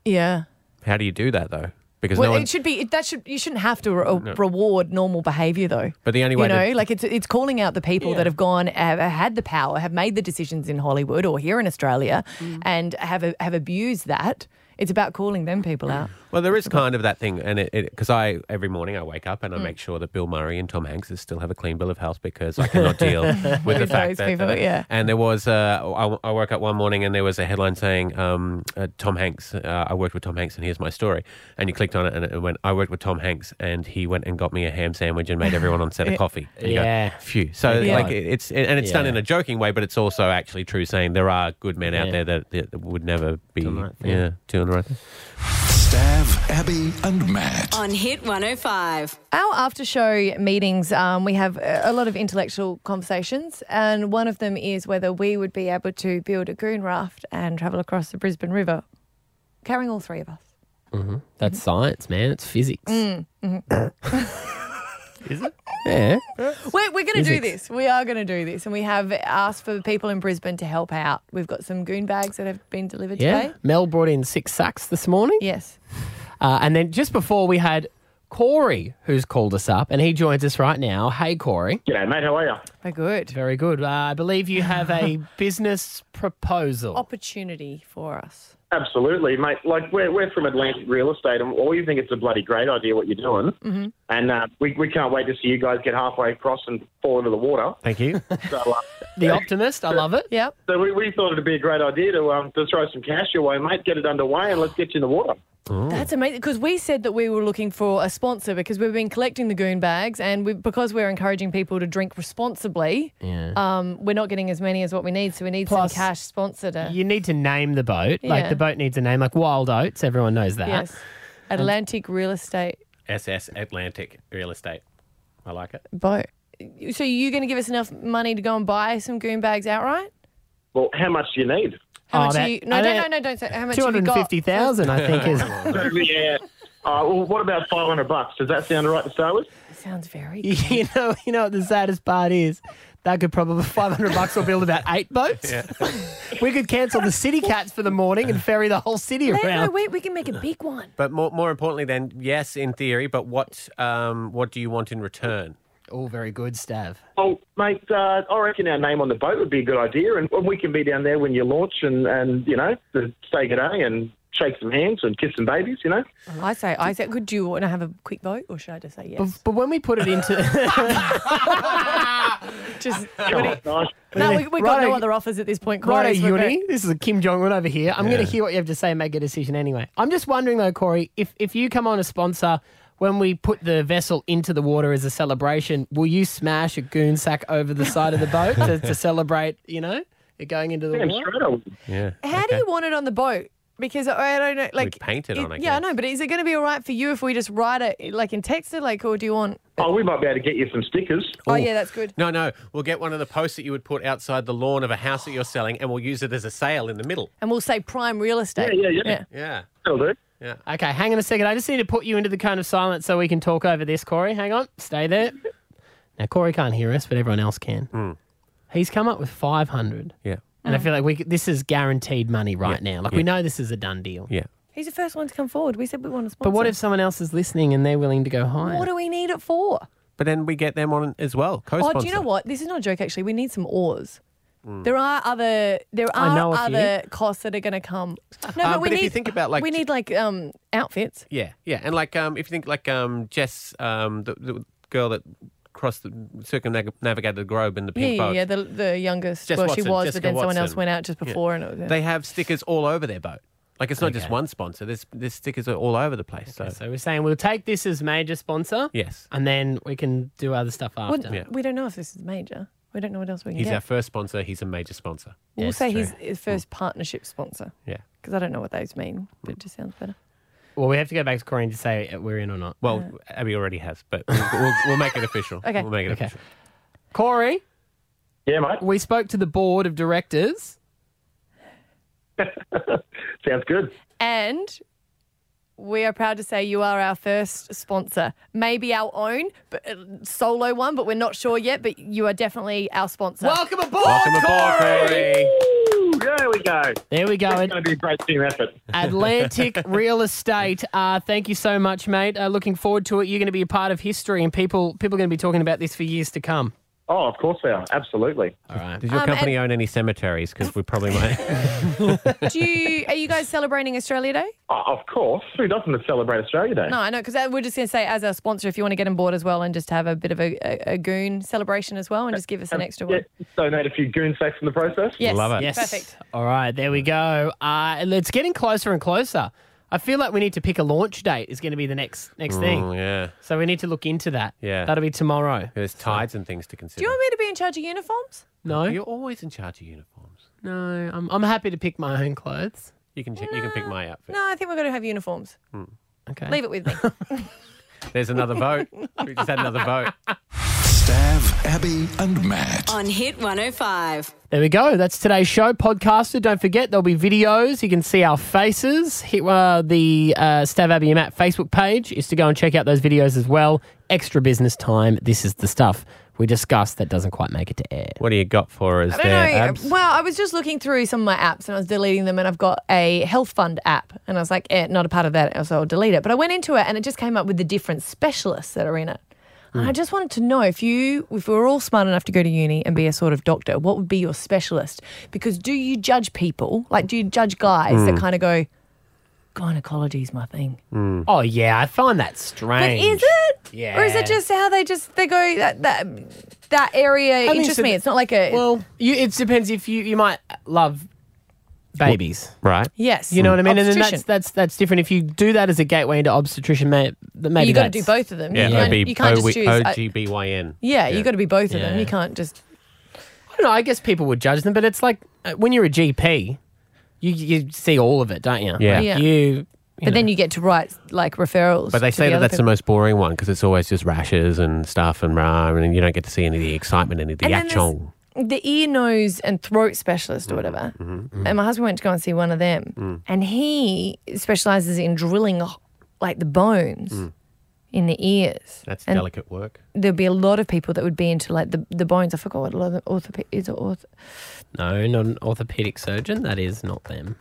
Yeah. How do you do that though? Because Well, no one. it should be it- that should you shouldn't have to re- No. reward normal behaviour though. But the only way you know, to- like it's it's calling out the people that have gone have had the power, have made the decisions in Hollywood or here in Australia, and have have abused that. It's about calling them people out. Well, there is kind of that thing, and it because I every morning I wake up and I Hmm. make sure that Bill Murray and Tom Hanks is- still have a clean bill of health because I cannot *laughs* deal with the With fact those that. people, yeah. And there was uh, I, I woke up one morning and there was a headline saying um, uh, Tom Hanks. Uh, I worked with Tom Hanks and here's my story. And you clicked on it and it went. I worked with Tom Hanks and he went and got me a ham sandwich and made everyone on set a *laughs* Yeah. coffee. And you go, Yeah. phew. So Yeah. like it- it's and it's done Yeah. in a joking way, but it's also actually true, saying there are good men out Yeah. there that, that would never be Doing the right thing. yeah doing the right thing. Stav, Stav, Abby, and Matt. On Hit 105. Our after show meetings, um, we have a a lot of intellectual conversations, and one of them is whether we would be able to build a goon raft and travel across the Brisbane River, carrying all three of us. hmm That's Mm-hmm. science, man. It's physics. Mm, mhm. Is it? Yeah. We're, we're going to do Physics. this. We are going to do this. And we have asked for people in Brisbane to help out. We've got some goon bags that have been delivered Yeah. today. Mel brought in six sacks this morning. Yes. Uh, and then just before we had Corey, who's called us up, and he joins us right now. Hey, Corey. G'day, mate. How are you? Very good. Very good. Uh, I believe you *laughs* have a business proposal. Opportunity for us. Absolutely, mate. Like we're, we're from Atlantic Real Estate, and all you think it's a bloody great idea what you're doing, Mm. Mm-hmm. and uh, we, we can't wait to see you guys get halfway across and fall into the water. Thank you. *laughs* So, uh, the optimist. I love it. Yep. so we, we thought it'd be a great idea to um, to throw some cash your way, mate. Get it underway, and let's get you in the water. That's amazing because we said that we were looking for a sponsor because we've been collecting the goon bags and we, because we're encouraging people to drink responsibly, Yeah. um, we're not getting as many as what we need. So we need Plus, some cash sponsor to. You need to name the boat. Like Yeah. the boat needs a name, like Wild Oats. Everyone knows that. Yes. Atlantic Real Estate SS Atlantic Real Estate. I like it. boat. So you're going to give us enough money to go and buy some goon bags outright? Well, how much do you need? Oh, How much are you? No, no, no, no, don't say how much. have you got? 250,000, I think, is- *laughs* yeah. Uh, well, what about five hundred bucks? Does that sound all right to start with? Sounds *laughs* *laughs* very. You know, you know what the saddest part is? That could probably *laughs* five hundred bucks will build about eight boats. *laughs* we could cancel the city cats for the morning and ferry the whole city No, no, around. wait, we can make a big one. But more, more importantly, then, yes, in theory, but what um, what do you want in return? All very good, Stav. Well, mate, uh, I reckon our name on the boat would be a good idea, and we can be down there when you launch, and, and you know, to say good day and shake some hands and kiss some babies, you know. *laughs* I say, I say, could you want to have a quick vote, or should I just say yes? But, but when we put it into *laughs* just Come on, nice. no, we, we've got Righto- no other offers at this point. Righto, Corey, so we're Uni. back. This is a Kim Jong Un over here. I'm going Yeah. to hear what you have to say and make a decision anyway. I'm just wondering though, Corey, if if you come on a sponsor. When we put the vessel into the water as a celebration, will you smash a goon sack over the side of the boat to, *laughs* to celebrate, you know, it going into the Damn water? straight I would. Yeah. How do you want it on the boat? Because I don't know, like paint it on, I Yeah, I know, but is it going to be all right for you if we just write it like in text it, like, or do you want? Oh, we might be able to get you some stickers. Oh, yeah, that's good. No, no. We'll get one of the posts that you would put outside the lawn of a house that you're selling, and we'll use it as a sale in the middle. And we'll say prime real estate. Yeah. Yeah. Okay, hang on a second. I just need to put you into the cone of silence so we can talk over this, Corey. Hang on. Stay there. Now, Corey can't hear us, but everyone else can. Hmm. He's come up with 500. Yeah. And I feel like we, c- this is guaranteed money right now. Like, we know this is a done deal. Yeah. He's the first one to come forward. We said we want to sponsor. But what if someone else is listening and they're willing to go higher? What do we need it for? But then we get them on as well. Oh, Co-sponsor. do you know what? This is not a joke. Actually, we need some oars. Mm. There are other there I know are a few. other costs that are going to come. No, Uh, but we but need if you think about, like, we j- need like um outfits. Yeah, yeah, and like um, if you think like um, Jess, um, the, the girl that crossed the circumnavigated the globe in the Yeah, pink yeah, boat. yeah, the the youngest. Jess well, Watson, she was, but Jessica then someone else Watson. went out just Yeah. before, and it was, They have stickers all over their boat. Like it's not just one sponsor. There's there's stickers are all over the place. so. So we're saying we'll take this as major sponsor. Yes. And then we can do other stuff Well, after. we don't know if this is major. We don't know what else we can he's get. our first sponsor. He's a major sponsor. we'll say he's his first partnership sponsor. Yeah. because I don't know what those mean, but it just sounds better. Well, we have to go back to Corey and just say we're in or not. Well, Abby already has, but we'll, we'll, we'll make *laughs* it official. Okay. We'll make it Okay. official. Corey? Yeah, mate. We spoke to the board of directors. *laughs* Sounds good. And we are proud to say you are our first sponsor. Maybe our own but, uh, solo one, but we're not sure yet. But you are definitely our sponsor. Welcome aboard, Welcome aboard, Corey. There we go. There we go. It's going to be a great team effort. *laughs* Atlantic Real Estate. Uh, thank you so much, mate. Uh, looking forward to it. You're going to be a part of history, and people people are going to be talking about this for years to come. Oh, of course they are. Absolutely. All right. Does your Um, company own any cemeteries? Because we probably might. Do you, are you guys celebrating Australia Day? Oh, of course. Who doesn't celebrate Australia Day? No, I know, because we're just going to say, as our sponsor, if you want to get on board as well and just have a bit of a, a, a goon celebration as well and just give us an extra one. Yeah, donate a few goon sacks in the process. Yes. Love it. Yes. Perfect. All right. There we go. Uh, it's getting closer and closer. I feel like we need to pick a launch date. Is going to be the next next Mm, thing. yeah, So we need to look into that. yeah. That'll be tomorrow. There's tides and things to consider. Do you want me to be in charge of uniforms? No. You're always in charge of uniforms. No, I'm I'm happy to pick my own clothes. You can check, you can pick my outfit. No, I think we're going to have uniforms. Hmm. Okay. Leave it with me. *laughs* There's another vote. we just had another vote. Stav, Abby, and Matt. On Hit 105. There we go. That's today's show podcasted. Don't forget there'll be videos. You can see our faces. Hit uh, the uh, Stav Abbey and Matt Facebook page is to go and check out those videos as well. Extra business time. This is the stuff we discussed that doesn't quite make it to air. What do you got for us I don't know. Well, I was just looking through some of my apps and I was deleting them, and I've got a health fund app, and I was like, eh, not a part of that, so I'll delete it. But I went into it, and it just came up with the different specialists that are in it. And Mm. I just wanted to know if you, if we were all smart enough to go to uni and be a sort of doctor, what would be your specialist? Because do you judge people? Like, do you judge guys that Mm. kind of go, gynecology is my thing? Hmm. Oh yeah, I find that strange. But is it? Yeah. Or is it just how they just they go that that that area mean, interests so me? the- It's not like a well. You, it depends if you you might love babies, right? Yes. You know what I mean? And then that's Obstetrician. that's that's different. If you do that as a gateway into obstetrician, may, that maybe you got to do that's- both of them. you can't, you can't just choose. I- OGBYN. yeah, you got to be both of them. Yeah. You can't just. I don't know. I guess people would judge them, but it's like uh, when you're a GP, you you see all of it, don't you? Yeah. Like, Yeah. You. But then you get to write like referrals. But they to say that other that's the people. most boring one because it's always just rashes and stuff and rah, and you don't get to see any of the excitement, any of the And then there's- action. the ear, nose, and throat specialist or whatever. Mm-hmm. And my husband went to go and see one of them, Mm. and he specializes in drilling like the bones Mm. in the ears. That's And delicate work. There'd be a lot of people that would be into like the, the bones. I forgot what a lot of the orthoped is it orth- No, not an orthopedic surgeon. That is not them.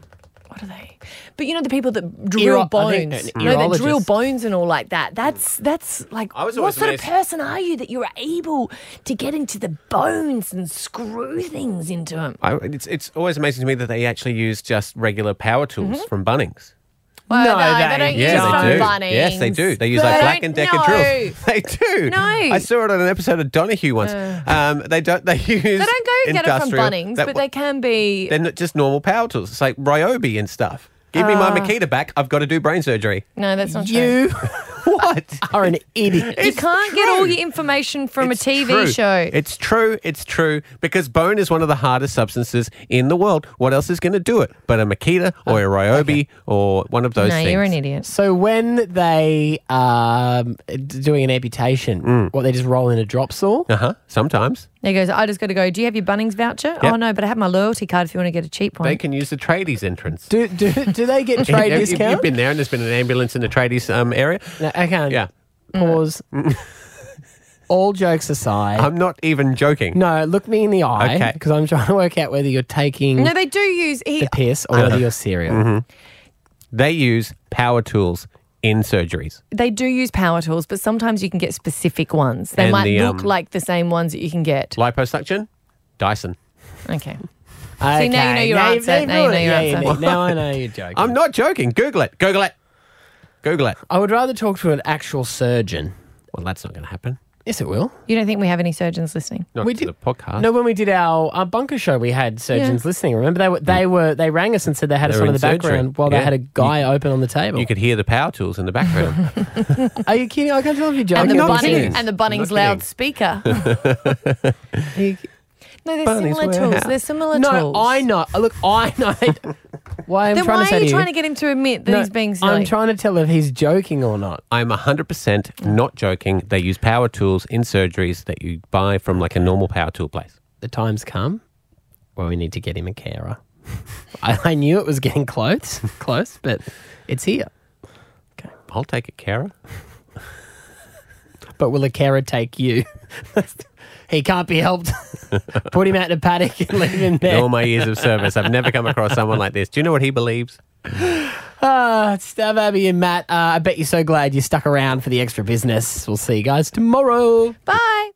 But you know the people that drill Uro- I think bones, an no, that drill urologist. bones and all like that. That's that's like was what always sort of amazed- person are you that you're able to get into the bones and screw things into them? I, it's it's always amazing to me that they actually use just regular power tools Mhm. from Bunnings. Well, no, they, yeah, don't use from they do. Bunnings. Yes, they do. They use like They Black don't- and Decker no. drills. *laughs* They do. No. I saw it on an episode of Donahue once. Uh. um, they don't. They *laughs* use. They don't go get it from industrial- Bunnings, that but wa- they can be. They're not just normal power tools. It's like Ryobi and stuff. Give me my Ah. Makita back. I've got to do brain surgery. No, that's not *laughs* You true. *laughs* what are an idiot? you can't get all your information from a TV True. show. It's true. It's true. Because bone is one of the hardest substances in the world. What else is going to do it but a Makita or a Uh, Ryobi or one of those things? idiot. So when they are doing an amputation, what they just roll in a drop saw? Uh huh. Mm. Sometimes There goes. I just got to go. Do you have your Bunnings voucher? Yep. Oh no, but I have my loyalty card. If you want to get a cheap one, they can use the tradies entrance. *laughs* Do do, do they get You- trade you- You've discount? been there, and there's been an ambulance in the tradies um, area. No, I can't. Yeah. Mm. Pause. *laughs* all jokes aside, I'm not even joking. no. Look me in the eye Okay. because I'm trying to work out whether you're taking no, they do use. He, the piss or whether you're serial. Uh-huh. Mm-hmm. They use power tools in surgeries. they do use power tools, but sometimes you can get specific ones. They And might the, look um, like the same ones that you can get. Liposuction, Dyson. Okay. See, now you know your answer. Now you know your answer. *laughs* Now I know you're joking. I'm not joking. Google it. Google it. Google it. I would rather talk to an actual surgeon. Well, that's not going to happen. Yes, it will. You don't think we have any surgeons listening? Not We to did- the podcast. No, when we did our, our bunker show, we had surgeons listening. Remember, they were they were they rang us and said they had us Hmm. They were on in the in surgery. background while they Yeah. had *laughs* a guy open on the table. You could hear the power tools in the background. *laughs* Are you kidding? I can't tell if you're joking. And the, or not. Bunnings, and the Bunnings kidding. loudspeaker. no, they're Bunnings similar tools. warehouse. They're similar no, tools. I know. Look, I know. *laughs* why I'm then trying why to say are to you trying to get him to admit that No, he's being silly? I'm trying to tell if he's joking or not. I'm 100% not joking. They use power tools in surgeries that you buy from like a normal power tool place. *laughs* The time's come where we need to get him a carer. *laughs* I, I knew it was getting close, *laughs* close, but it's here. I'll take it, Kara. But will a carer take you? *laughs* he can't be helped. *laughs* Put him out in a paddock and leave him In there. all my years of service, I've never come across someone like this. Do you know what he believes? *laughs* Ah, it's Stav, Abby, and Matt. Uh, I bet you're so glad you stuck around for the extra business. We'll see you guys tomorrow. Bye.